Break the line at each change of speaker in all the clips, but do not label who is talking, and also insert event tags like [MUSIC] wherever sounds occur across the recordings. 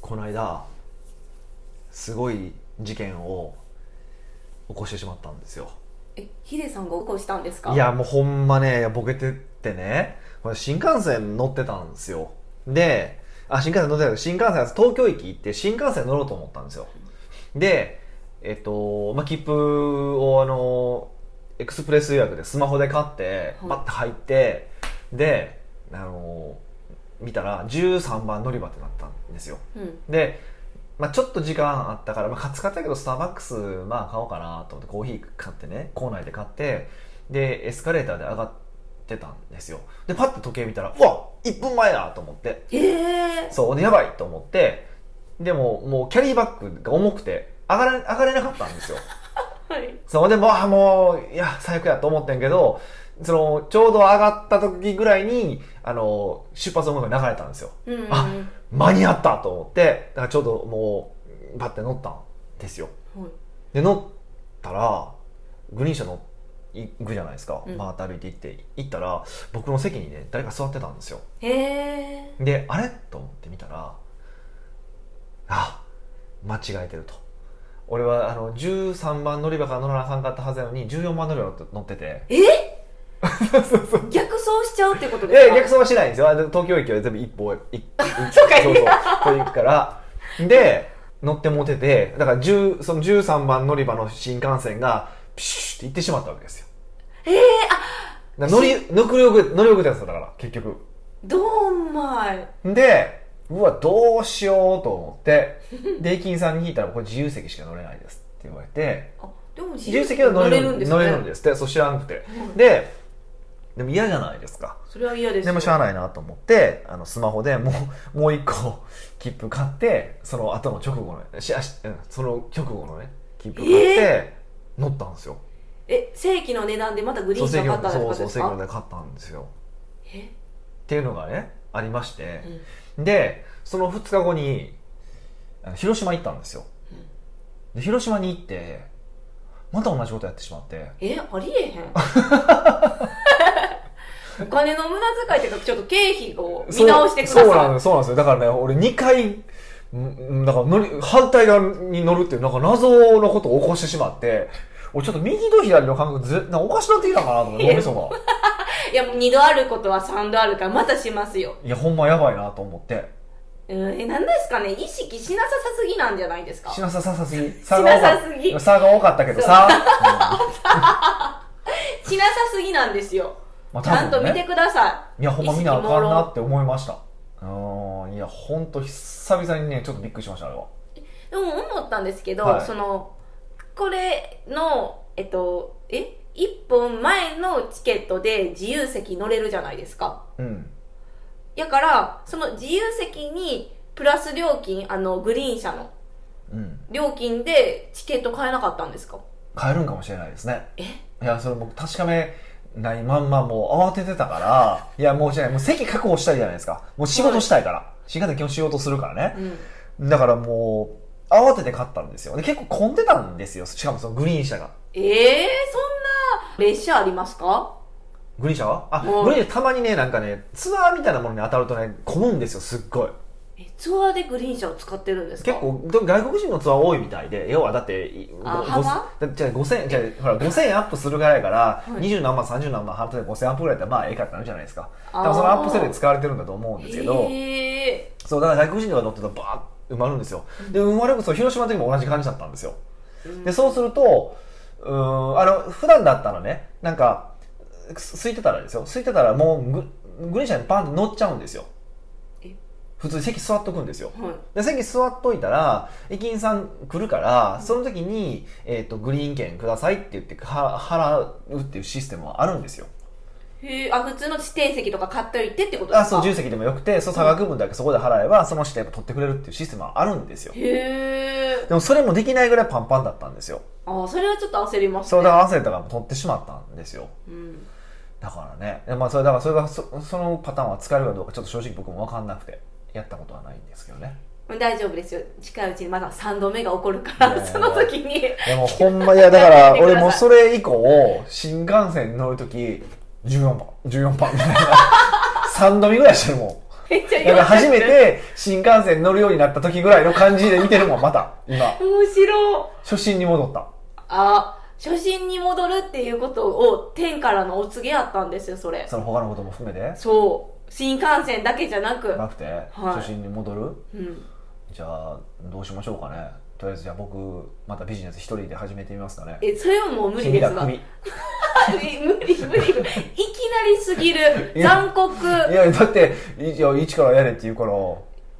この間すごい事件を起こしてしまったんですよ
えヒデさんが起こしたんですか
いやもうほんまねボケてってねこれ新幹線乗ってたんですよであ新幹線乗ってたけど新幹線東京駅行って新幹線乗ろうと思ったんですよでえっと、まあ、切符をあのエクスプレス予約でスマホで買って
はい
バッて入ってであの見たら13番乗り場ってなったんですよ
うん
で、まあ、ちょっと時間あったから、まあ、カツカツやけどスターバックスまあ買おうかなと思ってコーヒー買ってね校内で買ってでエスカレーターで上がってたんですよでパッと時計見たらうわ1分前だと思って
ええ
そうでやばいと思ってでももうキャリーバッグが重くて上がれ上がれなかったんですよ [LAUGHS]
はい
そうでもうあもういや最悪やと思ってんけどそのちょうど上がった時ぐらいにあの出発音楽が流れたんですよ
うんうん
あ
はい
間に合ったと思ってだからちょうどもうバッて乗ったんですよで乗ったらグリーン車乗行くじゃないですか、
うん
バーって歩いて行って行ったら僕の席にね誰か座ってたんですよ
へえ
であれと思って見たらあ間違えてると俺はあの13番乗り場から乗らなあかんかったはずやのに14番乗り場乗ってて
逆走しちゃうってこと
い
で
や
す
いや
か
逆走はしないんですよあの東京駅は全部一歩一
そうかい
そうそうこれ行くからで乗ってもててだから10その13番乗り場の新幹線がピシュッて行ってしまったわけですよ
ええ
だから乗り乗り遅れ乗り遅れたんですよだから結局
どんまい
でうわどうしようと思ってで駅員さんに聞いたらこれ自由席しか乗れないですって言われて
あでも自
自由席は乗れるんです、
ね
乗れるんですってそう知らんくて
うん
ででも嫌じゃないですか
それは嫌です
でもしゃあないなと思ってあのスマホでもうもう一個切符買ってその後の直後のしあしうんその直後のね切符買って乗ったんですよ、
え正規の値段でまたグリーン
そう
車買ったん
そうそう
です
正規
か
ので買ったんですよ
え
っていうのがねありまして
う、ん
でその2日後にあの広島行ったんですよ、
うん
で広島に行ってまた同じことやってしまって
えあり
[LAUGHS]
えへんお金の無駄遣いっていうかちょっと経費を見直してください
そうそうなんですそうなんですよだからね俺2回んだから乗り反対側に乗るっていうなんか謎のことを起こしてしまって俺ちょっと右と左の感覚ずなんかおかしなってきたかなと思って脳みそが
いやもう二度あることは三度あるからまたしますよ
いやほんまやばいなと思って
うんえ何ですかね意識しなささすぎなんじゃないですか
しなさささすぎ
し
差が多
な
か
さ
っ
すぎ
た差が多かったけどさ、うん
しなさすぎなんですよ
まあ
ちゃんと
多分
見
ね
てくださ
いやほんま見なあかんなって思いましたうんいやほんと久々にねちょっとびっくりしましたあれはい
でも思ったんですけど、
はい
そのこれのえっとえ一本前のチケットで自由席乗れるじゃないですか
うん
やからその自由席にプラス料金あのグリーン車の
うん
料金でチケット買えなかったんですか
変えるんかもしれないですね
え
いやそれ僕確かめないまんまもう慌ててたからいやもうじゃないもう席確保したいじゃないですかもう仕事したいから、新幹線基本仕事するからね
うん
だからもう慌てて買ったんですよで結構混んでたんですよしかもそのグリーン車が
ええそんな列車ありますか
グリーン車はあ、
うん
グリーン車たまにねなんかねツアーみたいなものに当たるとね混むんですよすっごい
えツアーでグリーン車を使ってるんですか
結構でも外国人のツアー多いみたいで要はだっていご
あ
ご
幅
だじゃあ5000じゃあほら5000円アップするぐらいから
はい
20何万30何万払って5000アップぐらいだったらまあええかってなるじゃないですか
あ
多
ー
分そのアップセルで使われてるんだと思うんですけど
へえ
そうだから外国人とか乗ってたらバーッと埋まるんですよで埋まるそ広島の時も同じ感じだったんですよでそうするとうーんあの普段だったらねなんかす空いてたらですよ空いてたらもうググリーン車にバンって乗っちゃうんですよ
え
普通に席座っとくんですよ
はい
で席座っといたら駅員さん来るからその時に、えー、とグリーン券くださいって言っては払うっていうシステムはあるんですよ
へえあ普通の指定席とか買っておいてってことですか
あそう自由席でもよくてそう差額分だけそこで払えばその人やっぱ取ってくれるっていうシステムはあるんですよ
へえ
でもそれもできないぐらいパンパンだったんですよ
あそれはちょっと焦りますね
そうだから汗とかも取ってしまったんですよ
うん、
だからねでまあそれだからそれがそそのパターンは使えるかどうかちょっと正直僕も分かんなくてやったことはないんですけどね
大丈夫ですよ近いうちにまだ3度目が起こるから、
ねえ
その時に [LAUGHS]
いやもうほんまいやだから俺もうそれ以降新幹線に乗る時14番14番みたいな3度見ぐらいしてるもん
めっちゃ
だから初め
面
て新幹線に乗るようになった時ぐらいの感じで見てるもん、また。今。
白い
初心に戻った。
あ初心に戻るっていうことを天からのお告げやったんですよそれ
その他のことも含めて。
そう新幹線だけじゃなく
なくて、初心に戻る
うん
じゃあ、どうしましょうかね。とりあえず、じゃあ僕、またビジネス一人で始めてみますかね。
えそれはもう無理
君
です
だ、
わ無
組。
理
い
[LAUGHS] 無理無理いきなりすぎる
いや
残酷
や、だって、いや、一からやれって言うから、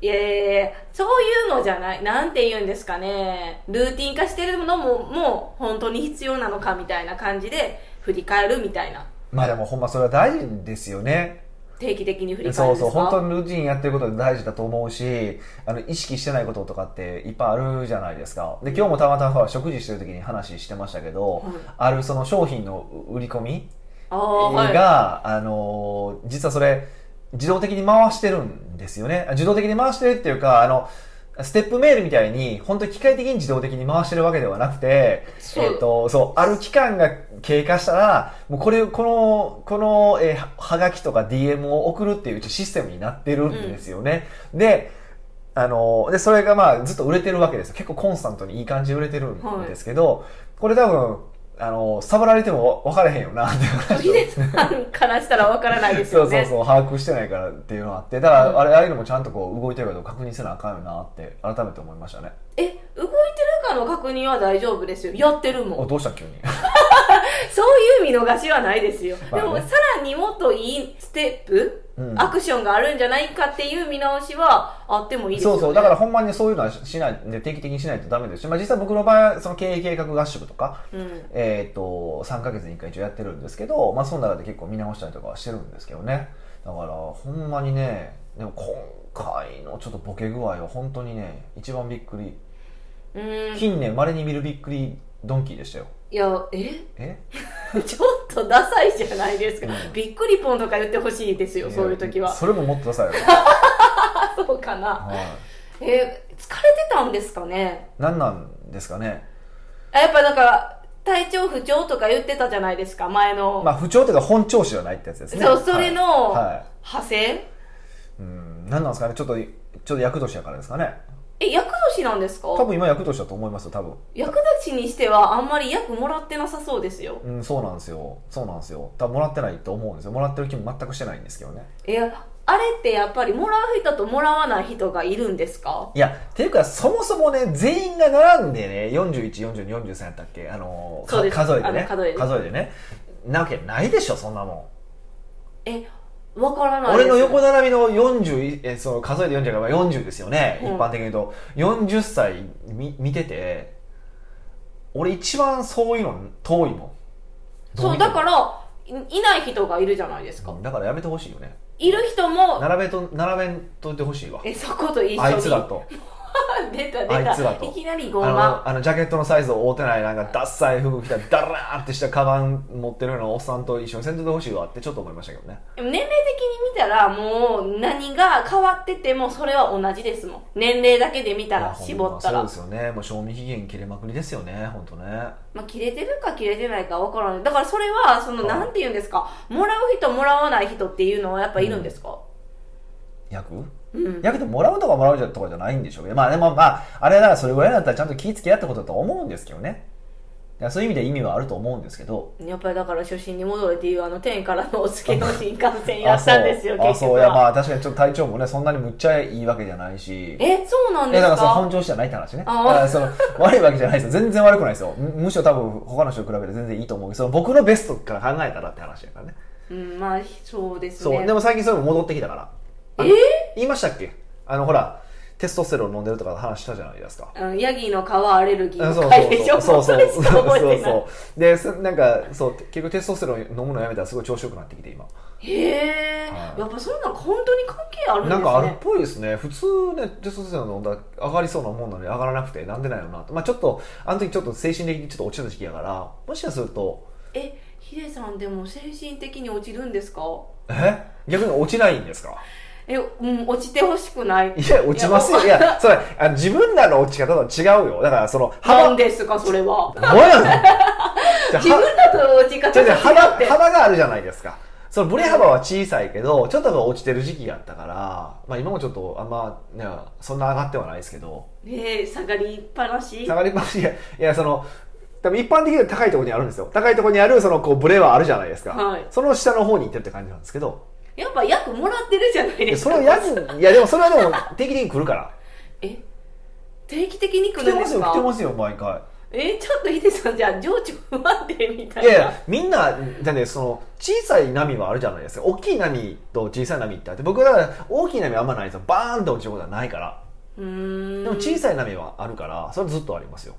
いやいやいやそういうのじゃないなんて言うんですかねルーティン化してるのももう本当に必要なのかみたいな感じで振り返るみたいな
まあでもほんまそれは大事ですよね。
定期的に振り返
そ
る
うん
です
そ
か
う、本当にルーティンやってることで大事だと思うし、あの、意識してないこととかっていっぱいあるじゃないですか。で、今日もたまたまほら食事してる時に話してましたけど、
はい
あるその商品の売り込み
あ
が、
あは
あ
い
のー、実はそれ、自動的に回してるんですよね。あ自動的に回してるっていうか、あの、ステップメールみたいに、本当に機械的に自動的に回してるわけではなくて、
そう
えっと、そう、ある期間が経過したら、もうこれ、この、この、えーははがきとか DM を送るっていううちシステムになってるんですよね。で、あの、で、それがまあ、ずっと売れてるわけですよ。結構コンスタントにいい感じで売れてるんですけど、これ多分、あの、触られても分からへんよな、っていう話を
ヒデさんからしたらわからないです
そ
よ
うそう
ね
そう、把握してないからっていうのがあって、だから、
うん
あれ、ああいうのもちゃんとこう、動いてるかどうか確認せなあかんよなって、改めて思いましたね。
え動いてるかの確認は大丈夫ですよやってるも
お、
ん
どうした急に。
そういう見逃しはないですよ、
まあね
でもさらにもっといいステップ、
うん
アクションがあるんじゃないかっていう見直しはあってもいいですよ、
そ
ね、
うそう、だからほんまにそういうのはししないで、定期的にしないとダメですし、まあ実際僕の場合は、その経営計画合宿とか、
うん
えっ、と、3ヶ月に1回一応やってるんですけど、まあその中で結構見直したりとかはしてるんですけどね。だから、ほんまにね、でも今回のちょっとボケ具合は本当にね、一番びっくり。
うん
近年稀に見るびっくりドンキーでしたよ。
いやえ
え
[LAUGHS] ちょっとダサいじゃないですか、
うん
びっくりポンとか言ってほしいですよ、そういう時は。
それももっとダ
[LAUGHS]
サいよ。
あ、 [LAUGHS] そうかな。
は
えー疲れてたんですかね
い。なんなんですかね。
あやっぱだから、体調不調とか言ってたじゃないですか、前の。
まあ不調というか本調子じゃないってやつですね。
そう、それの
はいはい
派生、
うん、何なんですかねちょっと、ちょっと役年やからですかね。
え、役年なんですか
多分今役年だと思いますよ、多分。
役年にしてはあんまり役もらってなさそうですよ。
うん、そうなんですよ。そうなんですよ。多分もらってないと思うんですよ。もらってる気も全くしてないんですけどね。
いや、あれってやっぱりもらう人ともらわない人がいるんですか
いや、っていうか、そもそもね、全員が並んでね、41、42、43やったっけあのー、か
そうです
数えて
あ
ね
の。数えて
ね。なわけないでしょ、そんなも
え、わから
ん。
ない
俺の
です
横並びの40、え、その数えて40から40ですよね、
うん
一般的に言うと。40歳み見てて、俺一番そういうの遠いもん。ど
そう、
見て
だ
も
から、いいない人がいるじゃないですか。
だからやめてほしいよね。
いる人も
並べと、並べんといてほしいわ。
えそこと一緒に
あいつらと。
[LAUGHS] 出た出
あ
た
いつらと
きなり
あ
ごま
の、あの、ジャケットのサイズを覆ってない、なんか、ダッサい服着た、ダラーってしたカバン持ってるようなおっさんと一緒にせんといてほしいわってちょっと思いましたけどね。
年齢的に見たらもう何が変わっててもそれは同じですもん年齢だけで見た
いや
ら
ほんま
絞ったらま、
そうですよね。もう賞味期限切れまくりですよね、ほんとね。
あ、切れてるか切れてないかわからないだからそれはその
はい
なんて言うんですかもらう人もらわない人っていうのはやっぱいるんですか
焼く
うん、
焼くともらうとかもらうとかじゃないんでしょうけど、まあでもまあ、あれだからそれぐらいだったらちゃんと気付き合ったことだと思うんですけどね。だからそういう意味で意味はあると思うんですけど。
やっぱりだから初心に戻るっていうあの天からのお付けの新幹線やったんですよ
あそうあ、
結局
そう。いや、
は
まあ確かにちょっと体調もね、そんなにむっちゃいいわけじゃないし。
えそうなん
え
です
だから
か
その本調子じゃないって話ね。だ
あー
からその悪いわけじゃないですよ。全然悪くないですよ。むむしろ多分他の人と比べて全然いいと思うけど、その僕のベストから考えたらって話だからね。
うんまあそうです
そう。
ね
でも最近それも戻ってきたから。
え
あの言いましたっけあの、ほら、テストステロン飲んでるとかの話したじゃないですか。
あのヤギの皮アレルギ
あ
ー
そう
の回でしょ
そう
[LAUGHS]
そう
もれ
そう
しか
そう
覚え
そう
てない
そうでそなんかそう結局テストステロン飲むのやめたらすごい調子よくなってきて今
へえ、
はい
やっぱそういうのは本当に関係あるんです
な
ね
んかあるっぽいですね普通ねテストステロン飲んだら上がりそうなもんなのに上がらなくてなんでないのなとまあちょっとあの時ちょっと精神的にちょっと落ちた時期やからもしかすると
えヒデさんでも精神的に落ちるんですか
え逆に落ちないんですか
えうん落ちてほしくない
いや落ちますよいやそれあの自分らの落ち方とは違うよだからその
なん
幅
ですかそれは
どうやねんじゃあ
自分だと落ち方
じゃあじゃあ
が違
幅
って
幅があるじゃないですかそのブレ幅は小さいけど、ちょっと落ちてる時期やったから、まあ今もちょっとあんま、ね、そんな上がってはないですけど、
ねえ下がりっぱなし
下がりましいや、いや、その、多分一般的には高いところにあるんですよ。高いところにある、その、こう、ブレはあるじゃないですか。
はい
その下の方に行ってるって感じなんですけど、
やっぱ役もらってるじゃない
いや
です
そ
か
れはやつ、いや、でもそれはでも、定期的に来るから。
え定期的に
来
来る
て
ん
ま
ですす
よ、
か
来てますよ、毎回。
えちょっとヒデさんじゃあ情緒不安定みたい
い
な
やいや、みんな、だね、その、小さい波はあるじゃないですか。大きい波と小さい波ってあって、僕はだから大きい波あんまないんですよ。バーンと落ちることはないから。
うーん
でも小さい波はあるから、それはずっとありますよ。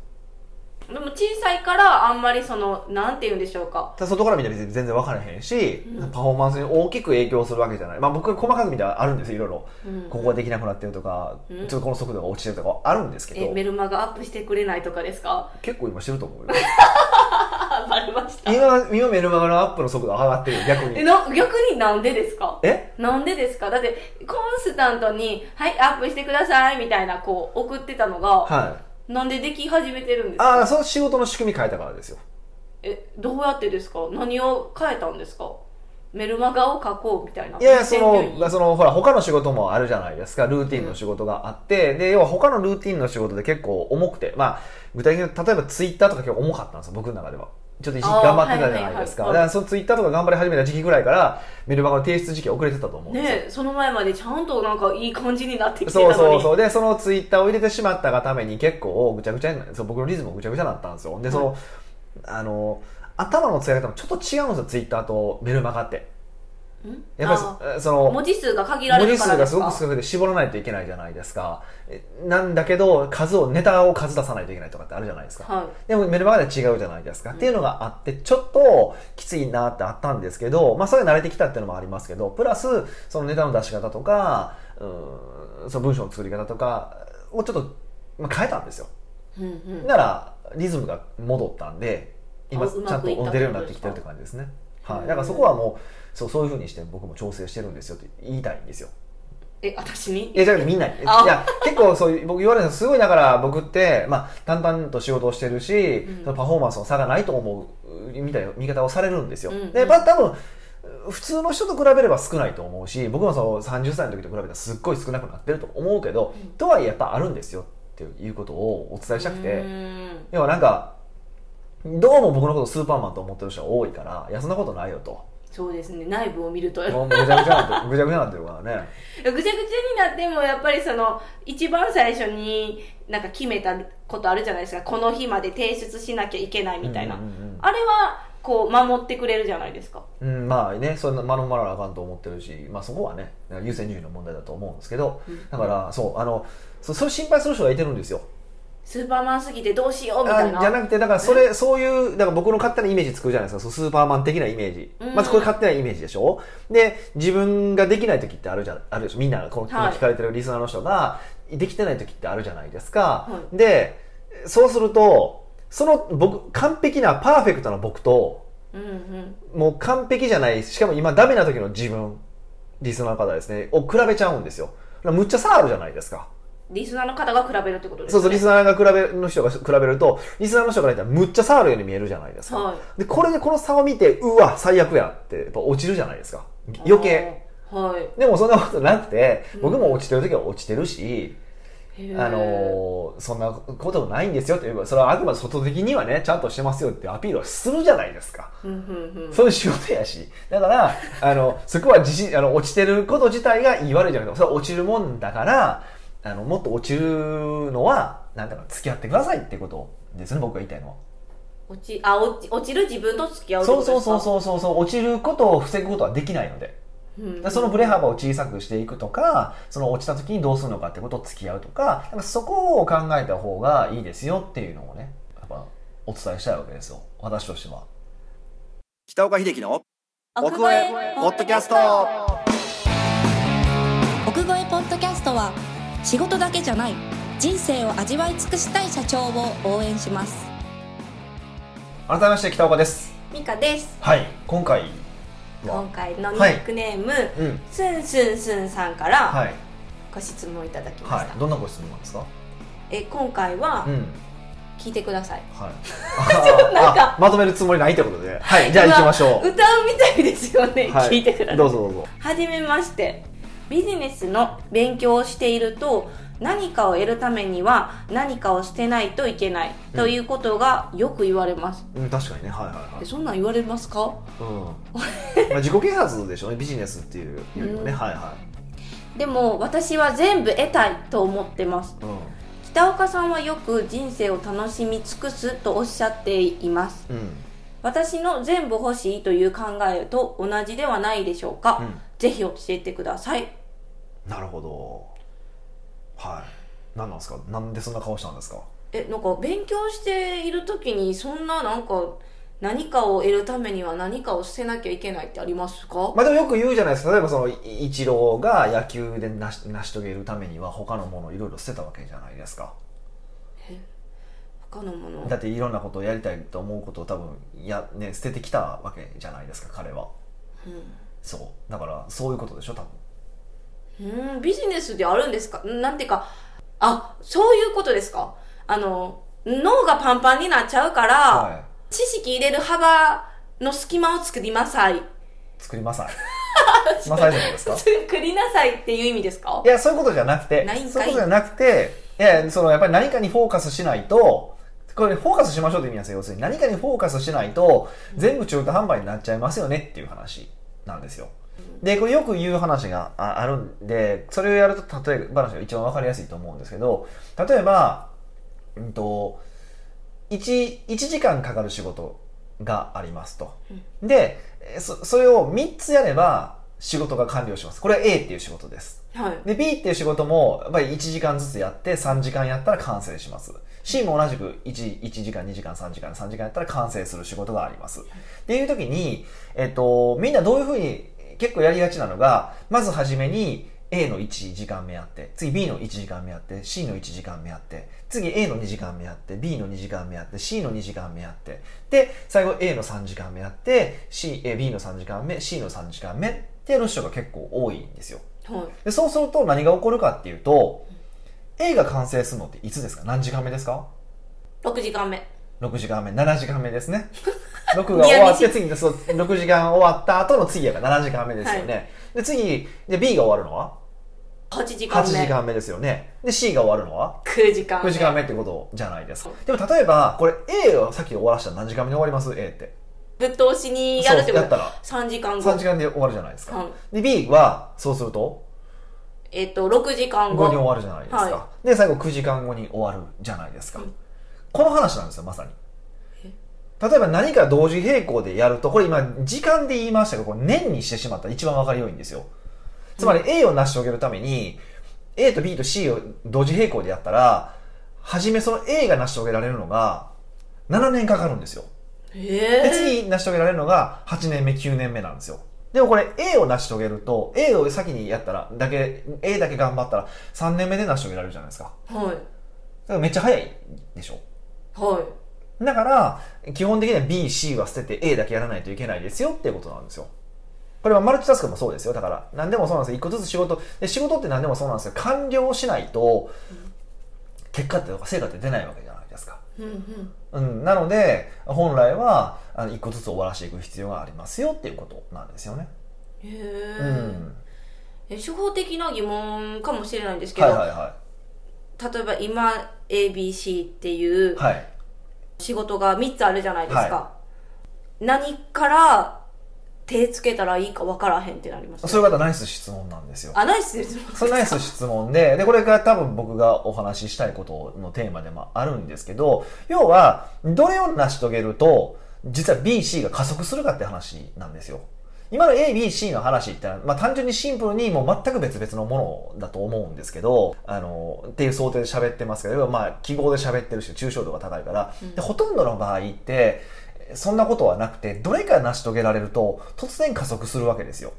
でも小さいからあんまりそのなんて言うんでしょうか
ただ外から見たら別に全然分からへんし、
うん
パフォーマンスに大きく影響するわけじゃない。まあ僕は細かく見たらあるんですよ、いろいろ。
うん
ここができなくなってるとか、
うん
ちょっとこの速度が落ちてるとかあるんですけ
え
ど
メ、ルマガアップしてくれないとかですか [LAUGHS]
結構今してると思うよ。 [LAUGHS]
あバレました
今、今メルマガのアップの速度上がってるよ、逆
え
に。
な逆になんでですか
え
なんでですかだってコンスタントに「はいアップしてください」みたいなこう送ってたのが、
はい。
なんででき始めてるんです
あ
か
あ、その仕事の仕組み変えたからですよ。
えどうやってですか何を変えたんですかメルマガを書こうみたいない
いや、そ
研究員
の、その、ほら、他の仕事もあるじゃないですか、ルーティンの仕事があって、で、要は他のルーティンの仕事で結構重くて、まあ、具体的に、例えばツイッターとか結構重かったんですよ、僕の中では。ちょっと一時期
あー
頑張ってたじゃないですか。
はい
だ
は
か
いはい
ら、そのツイッターとか頑張り始めた時期ぐらいから、メルマガの提出時期遅れてたと思うんですよ。
ねえその前までちゃんとなんかいい感じになってきてたの
そう
に
そうそう。で、そのツイッターを入れてしまったがために結構ぐちゃぐちゃになそう、僕のリズムもぐちゃぐちゃになったんですよ。で、その、あの、頭の使い方もちょっと違うんですよ、ツイッターとメルマガって。
ん
やっ
あ
ぱり、その、
文字数が限られ
文字数
るからで
が
す
す
か
ごく少なくて絞らないといけないじゃないですか。えなんだけど、数を、ネタを数出さないといけないとかってあるじゃないですか。
は
でもメルマガで違うじゃないですか。っていうのがあって、ちょっときついなってあったんですけど、まあそれが慣れてきたっていうのもありますけど、プラス、そのネタの出し方とか、うーん、その文章の作り方とかをちょっとまあ変えたんですよ。
い、うんうん、
なら、リズムが戻ったんで、今
あ
ち
う
ゃ
ま
ん
くいった
と出るようになってきてるって感じですね。
か
はい。だからそこはもう、そう、そういうふうにして僕も調整してるんですよって言いたいんですよ。
え私に
いや、じゃあみんなに。い
あ
や、結構そういう、僕言われるのすごいだから僕って、まあ、淡々と仕事をしてるし、
うん
そのパフォーマンスの差がないと思う、みたいな見方をされるんですよ。
うんうん
で、まあ多分、普通の人と比べれば少ないと思うし、僕もその30歳の時と比べたらすっごい少なくなってると思うけど、
うん
とはいえやっぱあるんですよっていうことをお伝えしたく
う
て、
ーん
要はなんか、どうも僕のことスーパーマンと思ってる人が多いから、いや、そんなことないよと。
そうですね内部を見ると [LAUGHS]
もうぐちゃぐちゃなんて、ぐちゃぐちゃなんてるからね。
ぐちゃぐちゃになってもやっぱりその一番最初になんか決めたことあるじゃないですかこの日まで提出しなきゃいけないみたいな、
うんうんうんうん
あれはこう守ってくれるじゃないですか
うん、まあね、そんな守らなあかんと思ってるし、まあ、そこはね、優先順位の問題だと思うんですけど、
うん
だから、そう、あの、そそれ心配する人がいてるんですよ。
スーパーマンすぎてどうしようみた
あ
いな
じゃなくて、だから、それ、そういう、だから僕の勝手なイメージ作るじゃないですか、そうスーパーマン的なイメージ
うん。
まずこれ勝手なイメージでしょで、自分ができない時ってあるじゃ、あるでしょみんな、この、今
はい
聞かれてるリスナーの人が、できてない時ってあるじゃないですか。
は
で、そうすると、その僕、完璧な、パーフェクトな僕と、
うんうん
もう完璧じゃない、しかも今ダメな時の自分、リスナーの方ですね、を比べちゃうんですよ。むっちゃ差あるじゃないですか。
リスナーの方が比べるってことですね
そうそう、リスナーが比べ、の人が比べると、リスナーの人から見たらむっちゃ差あるように見えるじゃないですか。
は
で、これでこの差を見て、うわ、最悪やって、やっぱ落ちるじゃないですか。余計。
あーはい
でもそんなことなくて
うん、
僕も落ちてる時は落ちてるし、
へー
あのーそんなこともないんですよって言えば、それはあくまで外的にはね、ちゃんとしてますよってアピールはするじゃないですか。
うんうんうん
そういう仕事やし。だから、あの、そこは自信、あの、落ちてること自体が言い悪いじゃなくて、それは落ちるもんだから、あの、もっと落ちるのは、なんだろう、付き合ってくださいってことですね、僕が言いたいのは。
落ちあ落ち落ちる自分と付き合うって
そ
こ
う
と
そ
で
う
す
そう
か
そうそうそう、落ちることを防ぐことはできないので。
うんうん
だからそのブレ幅を小さくしていくとか、その落ちた時にどうするのかってことを付き合うとか、なんかそこを考えた方がいいですよっていうのをね、やっぱお伝えしたいわけですよ、私としては。
北岡秀樹の
奥越え
ポッドキャスト
奥越えポッドキャストは仕事だけじゃない人生を味わい尽くしたい社長を応援します
改めまして、北岡です。
ミカです
はい、今回は
今、回のニ
はい
ックネーム、
うん、
スンスンスンさんから
はい、
ご質問いただきました、
はい、どんなご質問なんですか。
え今回は、
ん、
聞いてください
はい
[LAUGHS] なんか
あまとめるつもりないってことではいじゃあ行きましょ
今歌うみたいですよね、
う、は
聞いてください
どうぞどうぞ
はじめましてビジネスの勉強をしていると何かを得るためには何かを捨てないといけない
うん
ということがよく言われます、
うん確かにねはいはいはい
えそんなん言われますか [LAUGHS]
うん、まあ自己啓発でしょうねビジネスっていうよりはね、
うん
はいは
でも私は全部得たいと思ってます
い、うん
北岡さんはよく人生を楽しみ尽くすとおっしゃっています
うん
私の全部欲しいという考えと同じではないでしょうか、
うん
ぜひ教えてください
なるほどはい何なんですかなんでそんな顔したんですか
えなんか勉強している時にそんななんか何かを得るためには何かを捨てなきゃいけないってありますか、
まあでもよく言うじゃないですか例えばそのイイチローが野球で成し成し遂げるためには他のものをいろいろ捨てたわけじゃないですか
他のもの
だっていろんなことをやりたいと思うことを多分や、ね、捨ててきたわけじゃないですか彼はそうだからそういうことでしょ多分
うんうんビジネスであるんですかなんていうかあそういうことですかあの脳がパンパンになっちゃうから、
は
知識入れる幅の隙間を作りなさい
い作りまさいまさいじゃないですか
作りなさいっていう意味ですか
いや、そういうことじゃなくて、
ないんかい
そういうことじゃなくて、いや、その、やっぱり何かにフォーカスしないと、これフォーカスしましょうって意味なんですよ。要するに何かにフォーカスしないと、全部中途販売になっちゃいますよねっていう話なんですよ。で、これよく言う話がああるんで、それをやると例え話が一番わかりやすいと思うんですけど、例えば、うんと、1, 一時間かかる仕事がありますと。で、えそそれを3つやれば仕事が完了します。これは A っていう仕事です。
はい
で、B っていう仕事も、やっぱり1時間ずつやって、3時間やったら完成します。C も同じく 1, 1時間、2時間、3時間、3時間やったら完成する仕事があります。っていう時に、えっと、みんなどういうふうに結構やりがちなのが、まずはじめに A の1時間目やって、次 B の1時間目やって、C の1時間目やって、次 A の2時間目やって、B の2時間目やって、C の2時間目やって、で、最後 A の3時間目やって、C、え B の3時間目、C の3時間目ってやる人が結構多いんですよ。
はい
でそうすると何が起こるかっていうと A が完成するのっていつですか何時間目ですか
6時間目
6時間目7時間目です
[LAUGHS]
ね6が終わって次のそう6時間終わった後の次が7時間目ですよね、で次で B が終わるのは
8時間
8
目
時間目ですよねで C が終わるのは
9時間目
9時間目ってことじゃないですかでも例えばこれ A をさっき終わらしたら何時間目に終わります A って
ぶっ通しにやるってこ
そうやった
と
ら
3時間後
3時間で終わるじゃないですか、
は
で B はそうすると
えっと6時間
後に終
後
わるじゃないですか、
は
で最後9時間後に終わるじゃないですか、
うん
この話なんですよまさに例えば何か同時並行でやるとこれ今時間で言いましたけどこれ年にしてしまったら一番わかりよいんですよつまり A を成し遂げるために A と B と C を同時並行でやったら初めその A が成し遂げられるのが7年かかるんですよで
ええ
次に成し遂げられるのが8年目9年目なんですよでもこれ A を成し遂げると A を先にやったらだけ A だけ頑張ったら3年目で成し遂げられるじゃないですか
はい
だからめっちゃ早いでしょ
はい
だから基本的には BC は捨てて A だけやらないといけないですよっていうことなんですよこれはマルチタスクもそうですよだから何でもそうなんですよ1個ずつ仕事で仕事って何でもそうなんですよ完了しないと結果ってとか成果って出ないわけじゃないですか
うんうん
うん、なので本来はあの一個ずつ終わらしていく必要がありますよっていうことなんですよね。
へ
う
ー
ん、
え初歩的な疑問かもしれないんですけ
はい
ど、
はいは
例えば今 ABC っていう
いはい。
仕事が3つあるじゃないですか、
は
何から手つけたらいいか分からへんってなります
それがまたナイス質問なんですよ。
あナイスです
それナイス質問で、で、これが多分僕がお話ししたいことのテーマでもあるんですけど、要は、どれを成し遂げると、実は BC が加速するかって話なんですよ。今の A、B、C の話ってのは、まあ単純にシンプルにもう全く別々のものだと思うんですけど、あの、っていう想定で喋ってますけど、要はまあ記号で喋ってるし、抽象度が高いから、で、ほとんどの場合って、そんなことはなくて、どれか成し遂げられると、突然加速するわけですよ。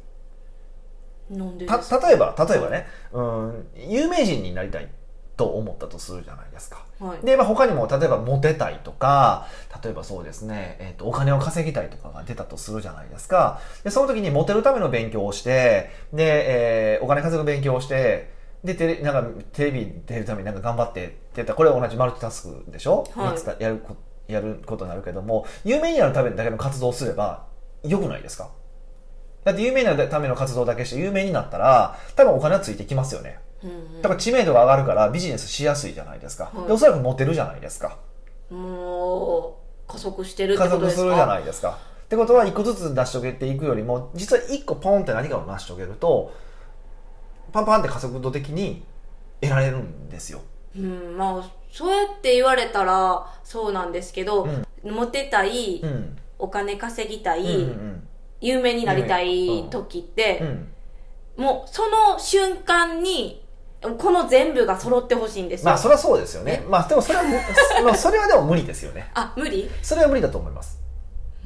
なんでですか
た例えば例えばね、うん、有名人になりたいと思ったとするじゃないですか。
はい
で、まあ、他にも例えばモテたいとか例えばそうですね、えっとお金を稼ぎたいとかが出たとするじゃないですかでその時にモテるための勉強をしてで、えーお金稼ぐ勉強をしてでテレなんかテレビ出るためになんか頑張ってって言ったらこれは同じマルチタスクでしょ、
はい
三つだやるこやることになるけども有名になるためだけの活動をすればよくないですかだって有名になるための活動だけして有名になったら多分お金はついてきますよね
うん
だから知名度が上がるからビジネスしやすいじゃないですか、
はい
でおそらくモテるじゃないですか
うん、もう加速してるって
加
こと
速
です
す
か
るじゃないですか。ってことは一個ずつ成し遂げていくよりも実は一個ポンって何かを成し遂げるとパンパンって加速度的に得られるんですよ。
うん、まあそうやって言われたらそうなんですけど、モテたい、
うん。
お金稼ぎた
う
い、
んうん
有名になりた
有名う
い
ん
時って、
うん。うん。
もうその瞬間にこの全部が揃ってほしいんですよ、
まあ
あ
それはそうですよね。まあでもそれは [LAUGHS] むまあそれはでも無理ですよね。
無理、
それは無理だと思います。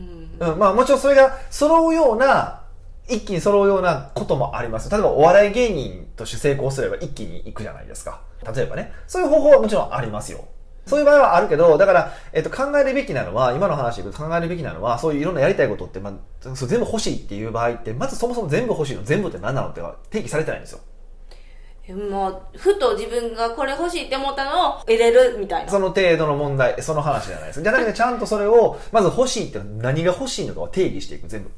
うん
うん。まあもちろんそれが揃うような一気に揃うようなこともあります。例えばお笑い芸人として成功すれば一気に行くじゃないですか。例えばね。そういう方法はもちろんありますよ。そういう場合はあるけど、だから、えっと、考えるべきなのは、今の話で言うと考えるべきなのは、そういういろんなやりたいことって、まあ、そう全部欲しいっていう場合って、まずそもそも全部欲しいの、全部って何なのって定義されてないんですよ。
もうふと自分がこれ欲しいって思ったのを得れるみたいな
その程度の問題、その話じゃないです。じゃなくて、ちゃんとそれを、まず欲しいって何が欲しいのかを定義していく、全部。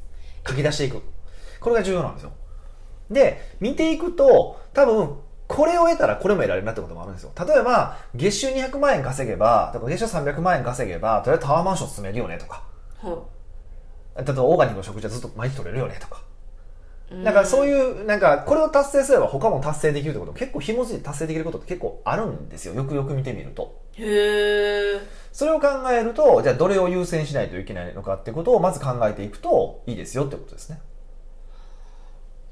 書き出していく。これが重要なんですよ。で、見ていくと、多分、これを得たらこれも得られるなってこともあるんですよ。例えば、月収200万円稼げば、とか月収300万円稼げば、とりあえずタワーマンション住めるよねとか、
は
例えばオーガニックの食事はずっと毎日取れるよねとか。
い
だからそう
う
いう、なんか、これを達成すれば他も達成できるってこと、結構紐づいて達成できることって結構あるんですよ。よくよく見てみると。
んへえ
それを考えると、じゃあどれを優先しないといけないのかってことをまず考えていくといいですよってことですね。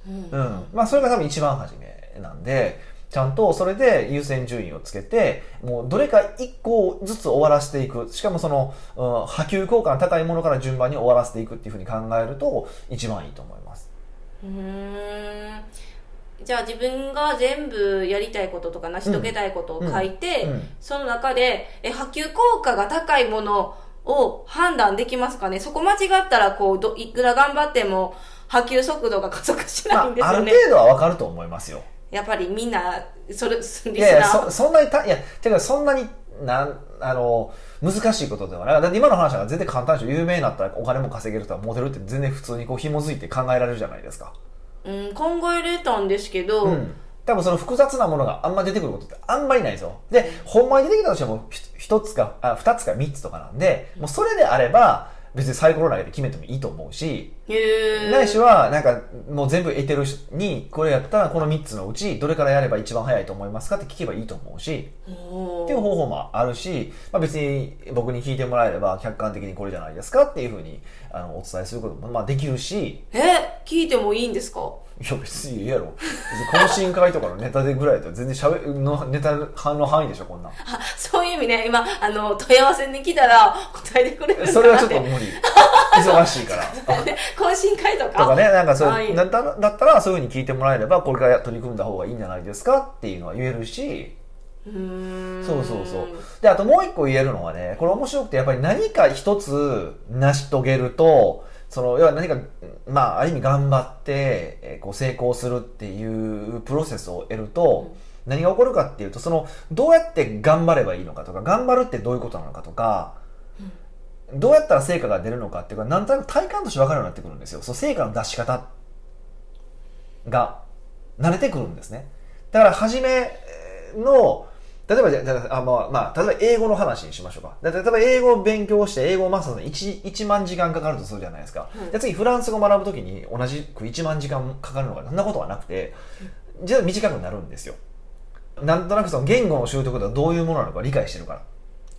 うん
うん。まあそれが多分一番初めなんで、ちゃんとそれで優先順位をつけて、もうどれか一個ずつ終わらせていく。しかもその、うん、波及効果の高いものから順番に終わらせていくっていうふうに考えると一番いいと思います。
うーんじゃあ自分が全部やりたいこととか成し遂げたいことを書いて、
うんうん
その中でえ波及効果が高いものを判断できますかねそこ間違ったらこうどいくら頑張っても波及速度が加速し
ま
ない
あ
んです
あ
よ
る
ね
程、度はわかると思いますよ。
やっぱりみんなそれリスナー
いやいや、そそんなにた、いや、てかそんなに、なん、あの、難しいことではない。だって今の話は全然簡単でしょ。有名になったらお金も稼げるとかモテるって全然普通にこう紐づいて考えられるじゃないですか。
うん、考えれたんですけど、
うん。多分その複雑なものがあんま出てくることってあんまりないですよ。で、ほんまに出てきたとしても、ひ一つか、あ、二つか三つとかなんで、もうそれであれば、別にサイコロ投げで決めてもいいと思うし、
へー
ないしは、なんか、もう全部得てる人に、これやったらこの三つのうち、どれからやれば一番早いと思いますかって聞けばいいと思うし、
おー
っていう方法もあるし、まあ、別に僕に聞いてもらえれば客観的にこれじゃないですかっていうふうにあのお伝えすることもまあできるし、
え聞いてもいいんですか
いや別にいいやろ。別に懇親会とかのネタでぐらいだと全然しゃべのネタの範囲でしょ、こんなん。
あそういう意味ね今あの問い合わせに来たら答えてくれるんだなって
それはちょっと無理。忙しいから。
で [LAUGHS] 懇親会とか
とかね、なんかそう、
はい
だったらだったらそういうふうに聞いてもらえれば、これから取り組んだ方がいいんじゃないですかっていうのは言えるし、
うーん
そうそうそう。で、あともう一個言えるのはね、これ面白くて、やっぱり何か一つ成し遂げると、その、要は何か、まあ、ある意味頑張って、えーこう成功するっていうプロセスを得ると、何が起こるかっていうと、その、どうやって頑張ればいいのかとか、頑張るってどういうことなのかとか、どうやったら成果が出るのかっていうか、なんとなく体感として分かるようになってくるんですよ。そう、成果の出し方が慣れてくるんですね。だから、初めの、例えばじゃ、だからあまあ、まあ、例えば英語の話にしましょうか。だ例えば英語を勉強して、英語をマスターするのに 1, 1万時間かかるとするじゃないですか。
うん
じゃあ次、フランス語を学ぶときに同じく1万時間かかるのか、そんなことはなくて、実は短くなるんですよ。なんとなくその言語の習得とはどういうものなのか理解してるから。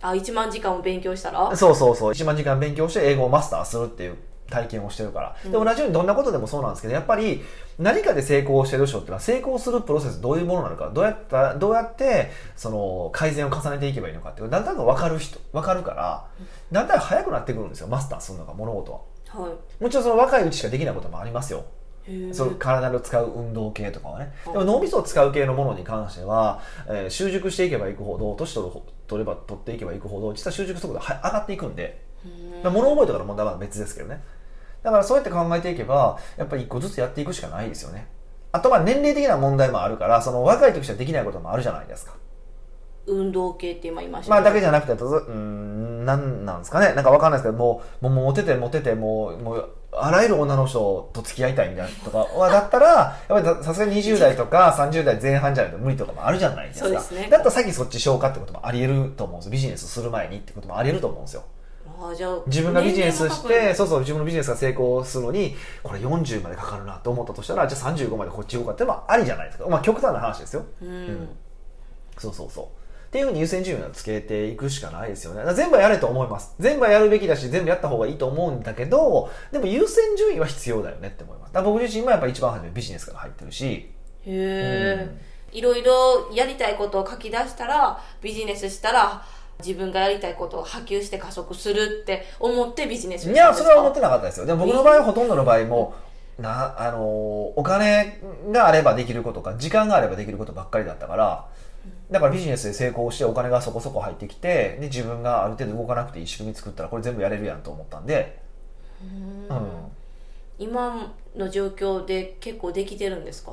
あ1万時間を勉強したら
そうそうそう1万時間勉強して英語をマスターするっていう体験をしてるから、で同じようにどんなことでもそうなんですけどやっぱり何かで成功してる人っていうのは成功するプロセスどういうものなのかどうやったどうやってその改善を重ねていけばいいのかっていうだんだん分かる人分かるからだんだん早くなってくるんですよマスターするのが物事は
は
もちろんその若いうちしかできないこともありますよ
いへー
その体を使う運動系とかはねでも脳みそを使う系のものに関しては、えー習熟していけばいくほど年取るほ取れば取っていけばいくほど実は習熟速度がは上がっていくんで
うーん
まあ物覚えとかの問題は別ですけどねだからそうやって考えていけばやっぱり一個ずつやっていくしかないですよねあとまあ年齢的な問題もあるから、その若い時しかできないこともあるじゃないですか。
運動系って今言いました
ま
け
あ
ど
だけじゃなくて、たとうーん、なんなんですかね。なんかわかんないですけど、もう、もうもうモテてモテて、もう、もう、あらゆる女の人と付き合いたいみたいなとかは、だったら、やっぱりささすがに20代とか30代前半じゃないと無理とかもあるじゃないですか。
そうですね
だったらさっきそっち消化ってこともあり得ると思うんですビジネスする前にってこともあり得ると思うんですよ。
ああじゃあ
自分がビジネスし
年
て、
齢も
そうそう、自分のビジネスが成功するのに、これ40までかかるなと思ったとしたら、じゃあ35までこっち行こうかってのもありじゃないですか。まあ極端な話ですよ。
高いうん、
うんそうそうそう。っていうふうに優先順位をつけていくしかないですよね。だから全部はやれと思います。全部はやるべきだし、全部やった方がいいと思うんだけど、でも優先順位は必要だよねって思います。だから僕自身もやっぱ一番初めビジネスから入ってるし、
へえ、いろいろやりたいことを書き出したらビジネスしたら自分がやりたいことを波及して加速するって思ってビジネス
いや、それは思っててなかったですよ。でも僕の場合はほとんどの場合も、な、あのー、お金があればできることか、時間があればできることばっかりだったから、だからビジネスで成功してお金がそこそこ入ってきて、で、自分がある程度動かなくていい仕組み作ったらこれ全部やれるやんと思ったんで、うん。
今の状況で結構できてるんですか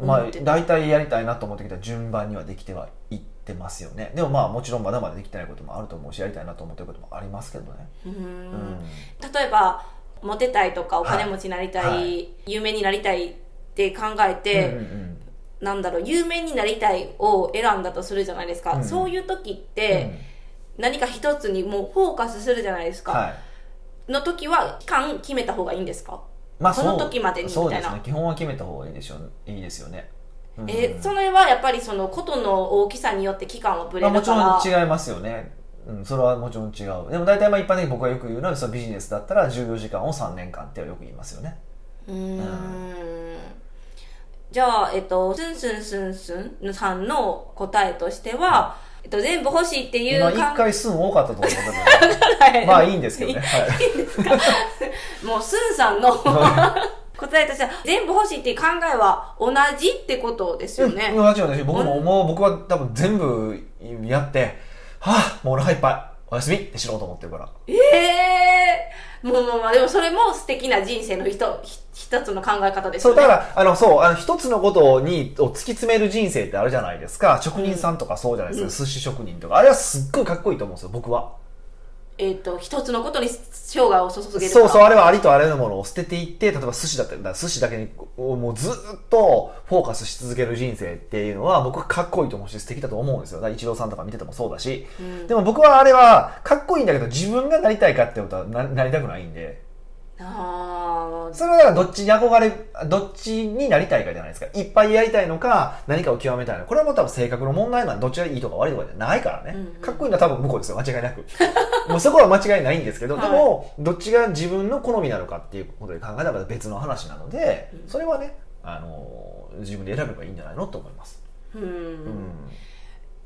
ま
思
あ
って、た
大体やりたいなと思ってきた順番にはできてはいってますよね。でもまあ、もちろんまだまだできてないこともあると思うし、やりたいなと思ってることもありますけどね。
うーん
うん。
例えばモテたいとかお金持ちになりたい、
はいは
有名になりたいって考えて、
うんうんうん
なんだろう有名になりたいを選んだとするじゃないですか、
うん
そういう時っ
う
て
ん
何か一つにもうフォーカスするじゃないですか、
はい。
の時は期間決めた方がいいんですか、
まあ、
この時までにみたいな
そうですね。基本は決めた方がいいでしょう、いいですよね。うん
えーそれはやっぱりそのことの大きさによって期間は
ま
ぶれ
あ、も
る
ち
から、
ろん違いますよね。うん、それはもちろん違う。でも大体まあ一般的に僕がよく言うのは、そのビジネスだったら14時間を3年間ってよく言いますよね。
うーんじゃあ、えっと、スンスンスンスンさんの答えとしては、えっと、全部欲しいってい
今
う考え
1回数多かったと思った
[LAUGHS]
け
はい
ど、まあいいんですけどね。はい
[LAUGHS] もうスンさんの [LAUGHS] 答えとしては、全部欲しいっていう考えは同じってことですよね。
うん、もちろんですよ僕も、もう僕は多分全部やって、はぁ、もうお腹いっぱい、おやすみってしろうと思ってるから。
ええー、もうもうまあでもそれも素敵な人生のひとひ一つの考え方です
そう、
よね。
だから、あの、そう、あの、一つのことに、を突き詰める人生ってあるじゃないですか。職人さんとかそうじゃないですか。寿司職人とか。あれはすっごいかっこいいと思うんですよ、僕は。
えっ、と、一つのことに生涯を注げる
そうそう、
う。
あれはありとあらゆるものを捨てていって、例えば寿司だったり、だから寿司だけに、こうもうずっとフォーカスし続ける人生っていうのは、僕はかっこいいと思うし、素敵だと思うんですよ。だから、一郎さんとか見ててもそうだし。
うん
でも僕はあれは、かっこいいんだけど、自分がなりたいかってことはな、なりたくないんで。
あ
それはだからどっちに憧れ、どっちになりたいかじゃないですか。いっぱいやりたいのか、何かを極めたいのか。これはもう多分性格の問題なんで、どっちがいいとか悪いとかじゃないからね。
うんうん
かっこいいのは多分向こうですよ、間違いなく。 [LAUGHS] もうそこは間違いないんですけど、
は
で
い
も、どっちが自分の好みなのかっていうことで考えたら別の話なので、それはね、あのー自分で選べばいいんじゃないのと思います。
ーうん
うん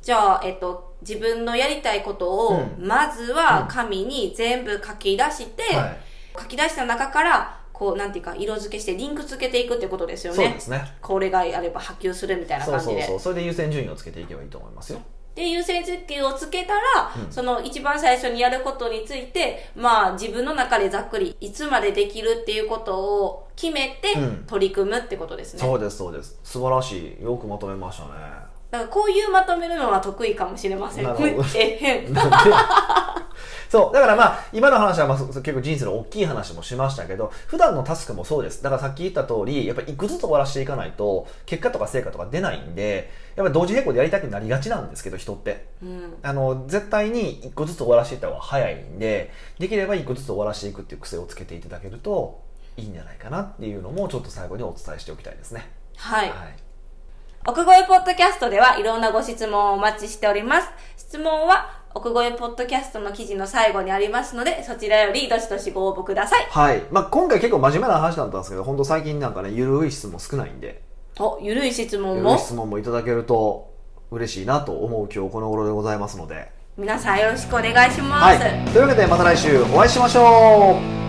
じゃあ、えっと、自分のやりたいことを、
う
まずは紙に全部書き出して、
はい
書き出した中から、こう、なんていうか、色付けしてリンク付けていくってことですよ
そう
ね
で。すね。
これがあれば波及するみたいな
そう
感じ
そう
で。
そう。それで優先順位をつけていけばいいと思いますよ。
で、優先順位をつけたら、
うん
その一番最初にやることについて、まあ自分の中でざっくり、いつまでできるっていうことを決めて
うん
取り組むってことですね。
そうです、そうです。素晴らしい。よくまとめましたね。 [LAUGHS]
だからこういうまとめるのは得意かもしれません。
なるほど
[LAUGHS] えへん
なんでそう。だからまあ、今の話はまあそそ結構人生の大きい話もしましたけど、普段のタスクもそうです。だからさっき言った通り、やっぱりいくつと終わらしていかないと、結果とか成果とか出ないんで、やっぱり同時並行でやりたくなりがちなんですけど、人って。
うん。
あの、絶対に一個ずつ終わらしていった方が早いんで、できれば一個ずつ終わらしていくっていう癖をつけていただけると、いいんじゃないかなっていうのも、ちょっと最後にお伝えしておきたいですね。
はい。
はい。
奥越ポッドキャストではいろんなご質問をお待ちしております。質問は奥越ポッドキャストの記事の最後にありますので、そちらよりどしどしご応募ください。
はい。まあ、今回結構真面目な話だったんですけど、本当最近なんかね、ゆるい質も少ないんで、
お、ゆるい質問
よ
も
り質問もいただけると嬉しいなと思う今日この頃でございますので。
皆さんよろしくお願いしま
はい
す。。
というわけでまた来週お会いしましょう